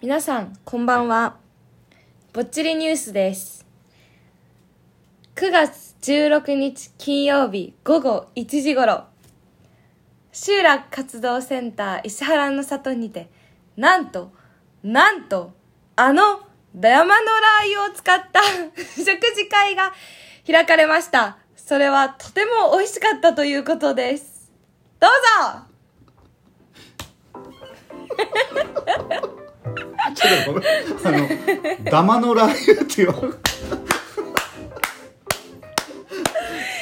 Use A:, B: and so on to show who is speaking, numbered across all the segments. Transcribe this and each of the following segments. A: 皆さんこんばんはぼっちりニュースです9月16日金曜日午後1時ごろ集落活動センター石原の里にてなんとなんとあの山のラー油を使った 食事会が開かれましたそれはとても美味しかったということですどうぞ
B: ちょっとごめん。あの、ダマのラー油ってよ。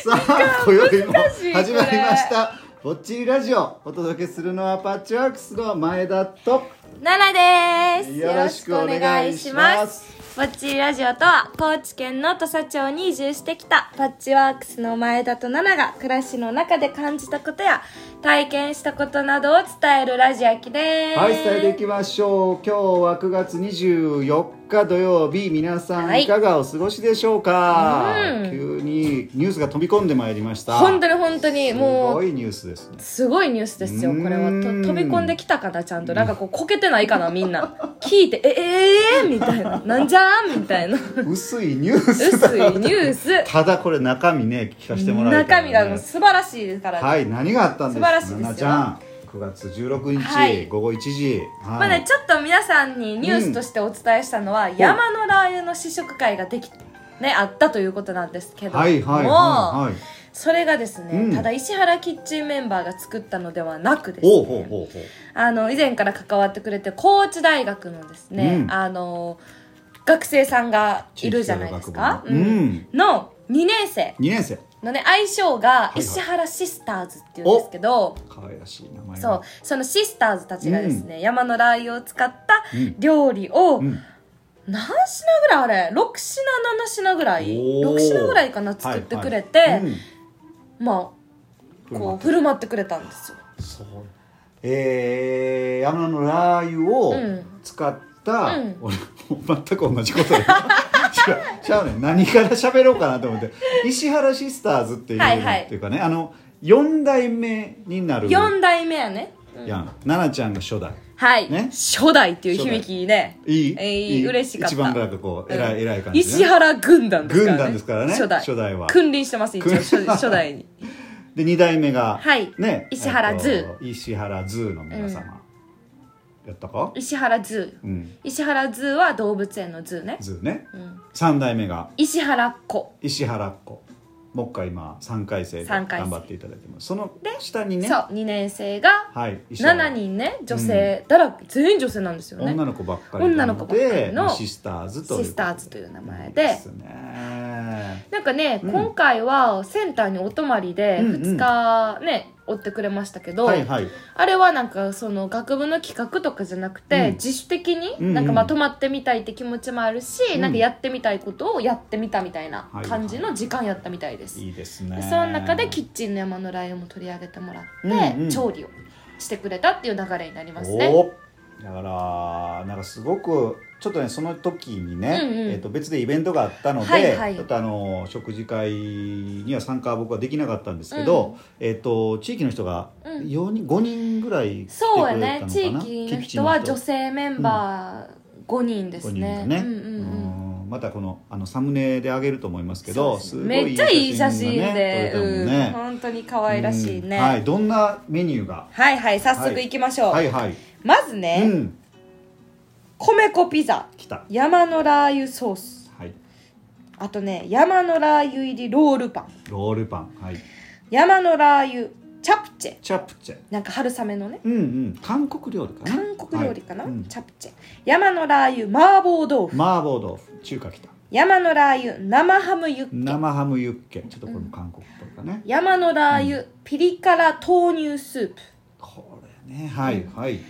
B: さあ、今宵も
A: 難しい
B: 始まりました。ぼっちりラジオ、お届けするのはパッチワークスの前田と。
A: 奈良です
B: よろしくお願いします
A: ぼっちりラジオとは高知県の土佐町に移住してきたパッチワークスの前田と奈々が暮らしの中で感じたことや体験したことなどを伝えるラジアキです
B: はい、伝えていきましょう。今日は9月24日土曜日、皆さ
A: は
B: ん
A: い
B: いかがお過ごしでしょうか。
A: うん
B: 急にニュースが飛び込んでまいりました。
A: 本当に本当に
B: す
A: も
B: ご
A: う
B: いニュースですね。
A: すごいニュースですよこれは
B: う
A: と
B: ーん
A: 飛び込んできたかなちゃんとなんかこうこけてないかなみんな聞いてえええー、みたい ななんじゃーんみたいな
B: 薄いニュースだ
A: 薄い
B: な
A: ニュース
B: ただこれ中身ね聞かせてもらえた
A: 中
B: らね
A: 身がもう素晴らしいですからね
B: はい、何があったんですか、
A: 素晴らしいですよ
B: ななちゃん。9月16日、
A: はい
B: 午後1時。はい
A: まあね、ちょっと皆さんにニュースとしてお伝えしたのは、山のラー油の試食会ができ、ね、あったということなんですけども、
B: はいはいはいはい。
A: それがですね、
B: うん
A: ただ石原キッチンメンバーが作ったのではなくですね
B: おうほうほうほう。
A: あの以前から関わってくれて高知大学のですね、
B: うん
A: あの学生さんがいるじゃないですか、
B: 地域
A: う
B: の学部の
A: んの2年生
B: 2年生。
A: のね愛称が
B: いはい
A: 石原シスターズっていうんですけど、
B: 可愛らしい名前
A: そう
B: が。
A: そのシスターズたちがですね、山のラー油を使った
B: うん
A: 料理を、
B: うん。
A: 何品ぐらいあれ6品7品ぐらい
B: おー
A: 6品ぐらいかな作ってくれて、
B: はいはい
A: まあ
B: うん
A: こう振る舞ってくれたんですよ
B: そう。えー、山のラー油を
A: うん
B: 使った、
A: うん
B: 俺も全く同じことだよ 違うちゃうねん何から喋ろうかなと思って石原シスターズっていう、
A: はいはい
B: っていうかねあの4代目になる
A: 4代目やね、うん
B: やん奈々ちゃんが初代
A: はい、
B: ね
A: 初代っていう響きね
B: いい、
A: えー嬉しかった
B: 一番なんかこう偉い、
A: うん
B: 偉い感じ、ね、
A: 石原軍団ですからね
B: 軍団ですからね
A: 初代
B: 初代は
A: 君臨してます一応
B: 君
A: 初初代に
B: で二代目が、
A: はい
B: ね
A: 石原ズー
B: えっと石原ズーの皆様、やったか
A: 石原ズー
B: うん
A: 石原ズーは動物園のズーね、
B: ズーね
A: うん、
B: 三代目が
A: 石原っ子
B: 石原っ子もう一回今三回生で
A: 三
B: 頑
A: 回生
B: 張っていただいてますその下にね
A: そう2年生が
B: はい石
A: 7人ね女性だらけ、全員女性なんですよね
B: 女の子ばっかりな
A: 女の子ばっかりの
B: シスターズという
A: シスターズという名前
B: いい
A: です
B: ね
A: なんかね、
B: うん
A: 今回はセンターにお泊まりで
B: うんうん
A: 2日ね、追ってくれましたけど、
B: はいはい
A: あれはなんかその学部の企画とかじゃなくて、
B: うん
A: 自主的に
B: うんうん
A: なんかまあ泊まってみたいって気持ちもあるし、
B: うん
A: なんかやってみたいことをやってみたみたいな
B: はいはい
A: 感じの時間やったみたいです、
B: いいです
A: で
B: ね
A: その中でキッチンの山のライオンも取り上げてもらって、
B: うんうん
A: 調理をしてくれたっていう流れになりますね
B: おーだからなんかすごくちょっとねその時にね、
A: うんうん
B: えー、と別でイベントがあったので、
A: はいはい
B: ちょっとあの食事会には参加は僕はできなかったんですけど、えー、と地域の人が
A: うん
B: 4人、5人ぐらい来てく
A: そうや
B: れたのかな
A: ね地域の人は女性メンバー5人です
B: 5人
A: ね
B: がね、
A: うんうんうん
B: うんまたこのあのサムネで上げると思いますけ
A: そ
B: ど
A: う
B: す
A: です
B: ご
A: ねめっちゃいい写真
B: がね
A: で、
B: 撮れたもん
A: うん、
B: ね、
A: 本当に可愛らしいね、
B: うん
A: は、
B: はいい、どんなメニューが
A: はい早速行きましょう、
B: はいはい、
A: まずね、
B: うん
A: 米粉ピザ
B: 来た
A: 山のラー油ソース
B: はい
A: あとね山のラー油入りロールパン
B: ロールパンはい
A: 山のラー油チャプチェ
B: チャプチェ
A: なんか春雨のね
B: うんうん韓国料理かな
A: 韓国料理かな、
B: はいうん
A: チャプチェ山のラー油麻婆豆腐
B: 麻婆豆腐中華きた
A: 山のラー油生ハムユッケ
B: 生ハムユッケちょっとこれも韓国っぽいかね、
A: 山のラー油、ピリ辛豆乳スープ
B: これねはいはい、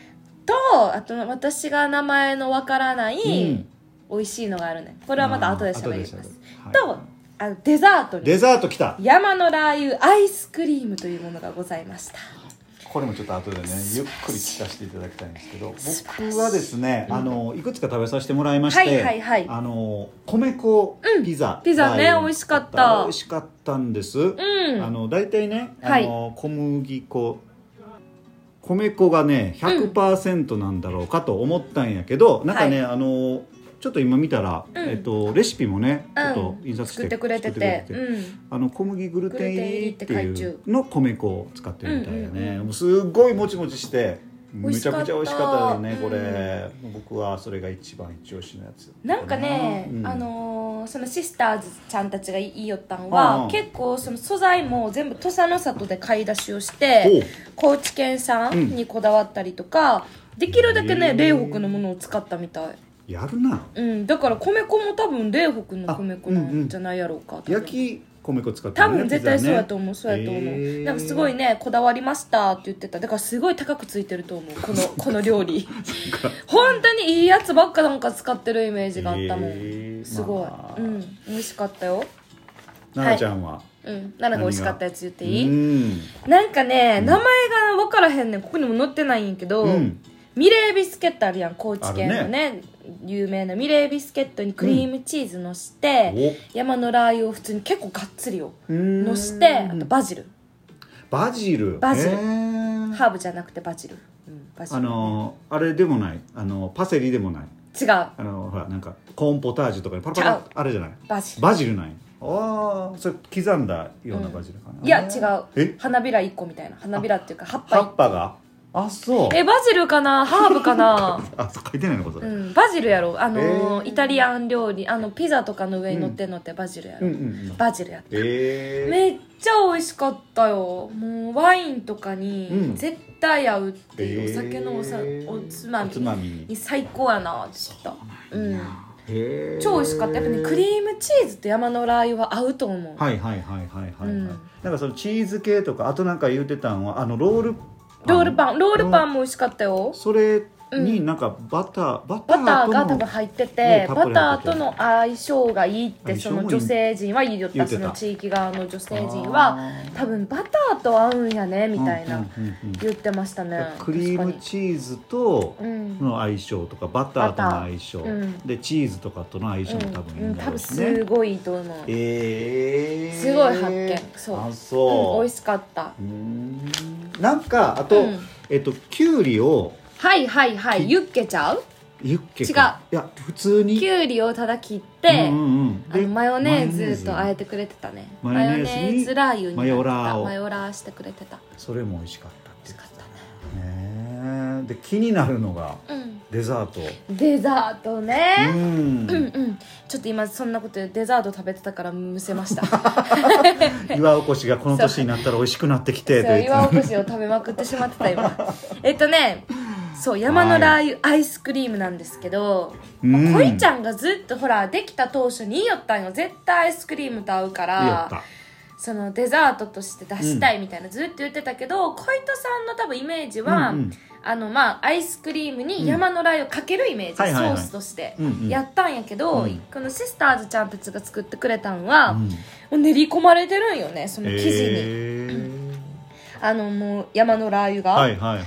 A: とあと私が名前のわからない、
B: うん
A: 美味しいのがあるねこ
B: こ
A: れはまた後で喋りますと
B: は
A: あのデザート
B: い、
A: に
B: デザートきた
A: 山のラー油アイスクリームというものがございました
B: これもちょっと後でねゆっくり聞かせていただきたいんですけど僕はですね、あのいくつか食べさせてもらいまして、
A: はいはいはい
B: あの米粉ピザ、
A: ピザね
B: が
A: 美味しかった
B: 美味しかったんです、
A: うん
B: あの大体ね、あの小麦粉米粉がね100%なんだろうかと思ったんやけど、なんかね、あのちょっと今見たら、
A: うん
B: えっと、レシピもね、
A: うん
B: ちょっと印刷して
A: 作ってくれて
B: 作ってくれて
A: うん
B: あの小麦グルテン入りって
A: グルテン
B: い
A: 入りって
B: うの米粉を使ってるみたいだ
A: うんう
B: ね、
A: んう
B: もうすっごいもちもちして
A: 美
B: め
A: 味し
B: ち
A: か
B: ゃ
A: った
B: くちゃ美味しかったよねこれ、僕はそれが一番一押しのやつ
A: なんかね、
B: うん
A: あのーそのシスターズちゃんたちが言いよったん
B: うん
A: は、
B: うん
A: 結構その素材も全部土佐の里で買い出しをし
B: おう
A: て高知県産にこだわったりとか、できるだけ
B: へ
A: ね
B: ー
A: 嶺北のものを使ったみたい、
B: やるな
A: うん、だから米粉も多分嶺北の米粉なんじゃないやろうか、多分
B: 焼き米粉使って
A: 多
B: るね
A: 分絶対そうやと思う、そうやと思う、
B: へー
A: なんかすごいねこだわりましたって言ってただからすごい高くついてると思うこ のこの料理本当にいいやつばっかなんか使ってるイメージがあったもん、
B: へー
A: すごい、
B: ま
A: う
B: あ
A: ん美味しかったよ
B: 奈々ちゃんは、
A: うん奈々が美味しかったやつ言っていい、
B: うん
A: なんかね、名前が分からへんねんここにも載ってないんやけど、
B: うん
A: ミレービスケットあるやん高知県
B: あ
A: の
B: る
A: ね有名なミレービスケットにクリームチーズのして、山のラー油を普通に結構がっつりを
B: おうん
A: のしてあとバジル
B: バジル
A: バジル
B: へー
A: ハーブじゃなくてバジル、うん、バジル
B: あのーあれでもないあのパセリでもない
A: 違うバ
B: あのほらなんかコーンポタージュとかにパラパラ
A: ちゃう
B: あれじゃない
A: ジル
B: バジルないああそれ刻んだようなバジルかな、
A: いや違う
B: え
A: 花びら1個みたいな花びらっていうか葉っぱ
B: 葉
A: 一
B: っぱがあそう
A: 個えバジルかなハーブか な
B: あそう書いてないのかそれ、
A: う
B: うん
A: ん、バジルやろあのー、
B: えー
A: イタリアン料理あのピザとかの上に乗ってんのってバジルやろ、
B: うんうん
A: バジルやった
B: えー、
A: めっちゃ美味しかったよもうワインとかに
B: うん
A: 絶対合うっていう、
B: え
A: お酒のおさ
B: ー
A: おつま
B: おつま
A: み
B: みに
A: に最高やなって言ったうん
B: へー
A: 超美味しかったやっぱねクリームチーズと山のラー油は合うと思う、
B: はいはいはいはいはいはい、
A: うん
B: なんかそのチーズ系とかあとなんか言うてたんはあのロールパン
A: ロールパンロールパンも美味しかったよ
B: それ
A: う
B: になんかバター、バタ
A: バタ
B: ー
A: ー
B: と
A: が
B: の
A: 多分入ってて
B: ねたっ
A: バ
B: ぷり入
A: タ
B: っ
A: ー
B: てて
A: との相性がいいって
B: 相性
A: そ
B: もいい
A: の女性陣は言いよった
B: 言って
A: そ
B: た
A: の地域側の女性陣は
B: あー
A: 多分バターと合うんやねみたいな、
B: うんうんうんうん
A: 言ってましたね
B: クリームチーズと
A: 確かにうん
B: の相性とかバターとの相性、
A: バターうん
B: でチーズとかとの相性も多分いい
A: うんうんん
B: だ
A: 多
B: ろう
A: 分
B: しね、
A: すごいいいと思う、
B: えー
A: すごい発見そう
B: あそうう、
A: ん、美味しかった
B: うーんなんかあと、
A: うん
B: えっときゅうりを
A: はいはいはいユッケちゃう
B: ユッケかいや普通に
A: きゅうりをただ切って、
B: うんうんうん
A: あの
B: で
A: マヨネーズとあ
B: マヨネ
A: え
B: ー
A: てくれてたね
B: マヨネーズに
A: マヨネーズラー油になってた
B: マヨラーを
A: マヨラーしてくれてた
B: ズそれも美味しかったって
A: 美味しかっ
B: ねえで気になるのが
A: たね
B: デザ ート
A: うんデザートね、
B: うん
A: うんうん、ちょっと今そんなことでデザート食べてたからむせました
B: 岩おこしがこの年になったら美味しくなってきて
A: そう
B: と言
A: 岩お
B: っ
A: こしを食べまくってしまってた 今えっとねそう山のラー油アイスクリームなんですけど、
B: うん
A: こいちゃんがずっとほらできた当初に言いよったんよ絶対アイスクリームと合うか
B: 言っ
A: ら
B: た
A: そのデザートとして出したいみたいな、ずっと言ってたけどこいとさんの多分イメージは、
B: うんうん
A: あのまあアイスクリームに山のラー油をかけるイメージ、
B: はいはいはい
A: ソースとして
B: うんうん
A: やったんやけど、
B: うん
A: このシスターズちゃんたちが作ってくれたんは、
B: うん
A: もう練り込まれてるんよねその生地に、
B: へー
A: あのもう山のラー油が、
B: はいはいはい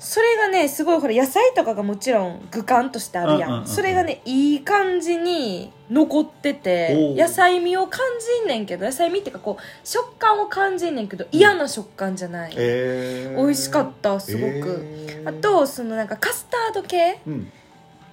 A: それがねすごいほら野菜とかがもちろん具感としてあるやん,、
B: うんうんうんうん
A: それがねいい感じに残ってて
B: おー
A: 野菜味を感じんねんけど野菜味っていうかこう食感を感じんねんけど嫌な食感じゃない、
B: えー
A: 美味しかったすごく
B: えー
A: あとそのなんかカスタード系
B: うん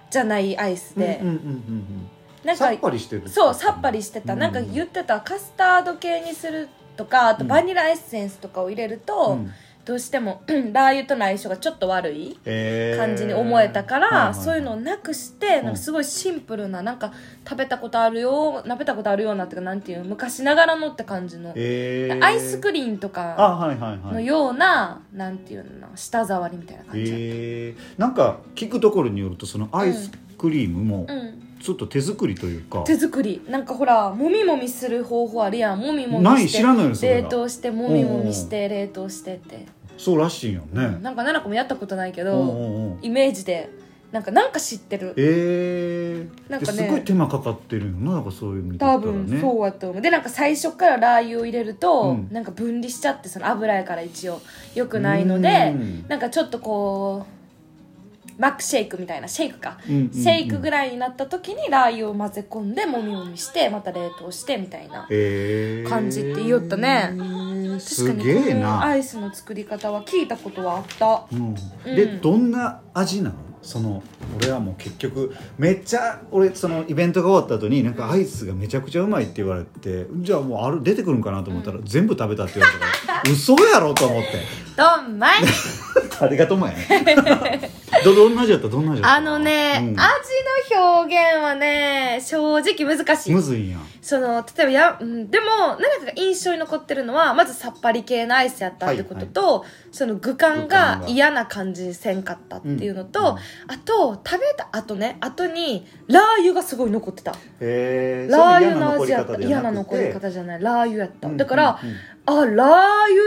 A: じゃないアイスで、
B: うんうんうんうんう
A: なん
B: んさっ
A: か
B: ぱりしてる
A: そうさっぱりしてた、
B: うん
A: なんか言ってたカスタード系にするとかあとバニラエッセンスとかを入れると、
B: うん
A: どうしても うんラー油との相性がちょっと悪い
B: えー
A: 感じに思えたから、
B: はは
A: そういうのをなくして
B: ん
A: なんかすごいシンプルななんか食べたことあるよ食べたことあるようなっていうかなんていう昔ながらのって感じの、
B: えー
A: アイスクリーンと
B: あ
A: か
B: はいはいはい
A: のような、なんていうのかな舌触りみたいな感じ、
B: えー、なんか聞くところによるとそのアイスクリームも
A: うん
B: ちょっと手作りというか、
A: 手作りなんかほらもみもみする方法あるやんもみも
B: な
A: み
B: い
A: して
B: 知らないのそれ
A: 冷
B: が
A: 凍してもみもみして冷凍してって、
B: そうらしいよね、
A: なんか奈々子もやったことないけ
B: う
A: ど、
B: んうんうん、
A: イメージでなんかなんか知ってる
B: えー、
A: なんかね
B: ですごい手間かかってるよななんかそういうのだ
A: 多
B: ったら
A: 分
B: ね
A: そうやと思うでなんか最初からラー油を入れると、
B: うん
A: なんか分離しちゃってその油やから一応良くないので
B: うん
A: なんかちょっとこうマックシェイクみたいなシェイクか、
B: うんうんうん
A: シェイクぐらいになった時にラー油を混ぜ込んでもみもみしてまた冷凍してみたいな
B: えー
A: 感じって言いよったね
B: えーーす
A: 確か
B: げ
A: に
B: え
A: このア
B: な、
A: イスの作り方は聞いたことはあった
B: うん、
A: うん
B: でどんな味なのその俺はもう結局めっちゃ俺そのイベントが終わった後になんかアイスがめちゃくちゃうまいって言われてじゃあもうあれ出てくるんかなと思ったら全部食べたって言われたから嘘やろと思って
A: どんまい
B: ありがとうもや ねどどんな味やったどんな味やった
A: あのね、
B: う
A: 味
B: ん
A: の表現はね正直難しい
B: むずいんや
A: その例えばや、うん、でも何かが印象に残ってるのはまずさっぱり系のアイスやったってことと、その具感
B: 具感
A: が
B: が
A: 嫌な感じせんかったっていうのと、
B: うんうん
A: あと食べた後ね後にラー油がすごい残ってた
B: へえ
A: ラー油の味やった嫌
B: 嫌
A: な
B: な
A: 残
B: 残
A: り
B: り
A: 方
B: 方
A: じゃないラー油やった、
B: うん
A: だから、
B: うんうん
A: あラー油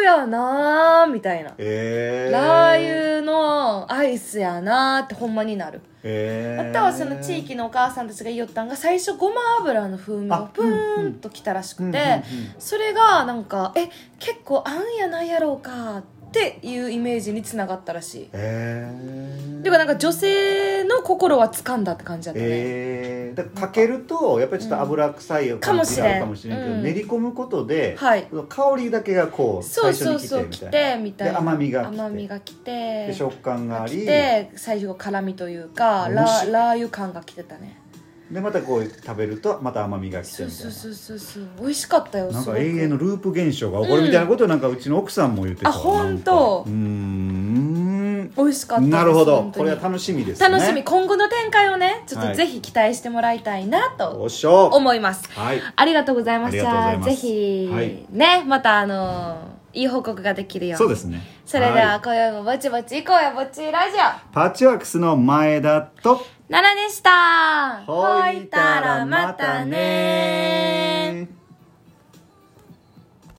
A: やなーみたいな、
B: え
A: ラー油のアイスやなーってほんまになるあ
B: え
A: とはその地域のお母さんたちが言いよったんが最初ごま油の風味がプーンときたらしくて、それがなんかえ結構あんやないやろうかっていうイメージにつながったらしい
B: ええ
A: ていうかなんか女性の心は掴んだって感じだったね、
B: ええだからかけるとやっぱりちょっと油臭い感じがあるかもしれんけど、
A: うん
B: 練り込むことで、
A: はい
B: 香りだけがこう
A: そ
B: 最
A: う
B: 初
A: そう
B: に来
A: そう来
B: てみたいな
A: てみたいな
B: で甘みが来て
A: 甘みが来て
B: で食感があり
A: 来て最初辛みというか
B: 美
A: ラ
B: 味しい
A: ーラー油感が来てたね
B: でまたこう食べるとまた甘みが来て
A: そ
B: み
A: う
B: たい
A: そ
B: な
A: うそうそうそう美味しかったよ
B: なん
A: すご
B: か
A: く
B: 永遠のループ現象が起こるみたいなことをなんかうちの奥さんも言ってたわ
A: あ本当
B: なんか
A: 美味しかったで
B: うーん
A: す
B: なるほど
A: 本当
B: こ
A: に
B: れは楽しみですね
A: 楽しみ今後の展開をねちょっ
B: は
A: と
B: い
A: ぜひ期待してもらいたいな
B: お
A: と
B: っしょ
A: 思います、
B: はい
A: ありがとうございまし
B: ありがとうござ
A: た
B: います
A: ぜひ、
B: はい
A: ねまたあのーいい報告ができるよ
B: そうですね
A: それではい今宵もぼちぼち行こうよぼっちラジオ
B: パッチワークスの前田と
A: 奈良でした
B: ほ
A: ほいたらまたね
B: ー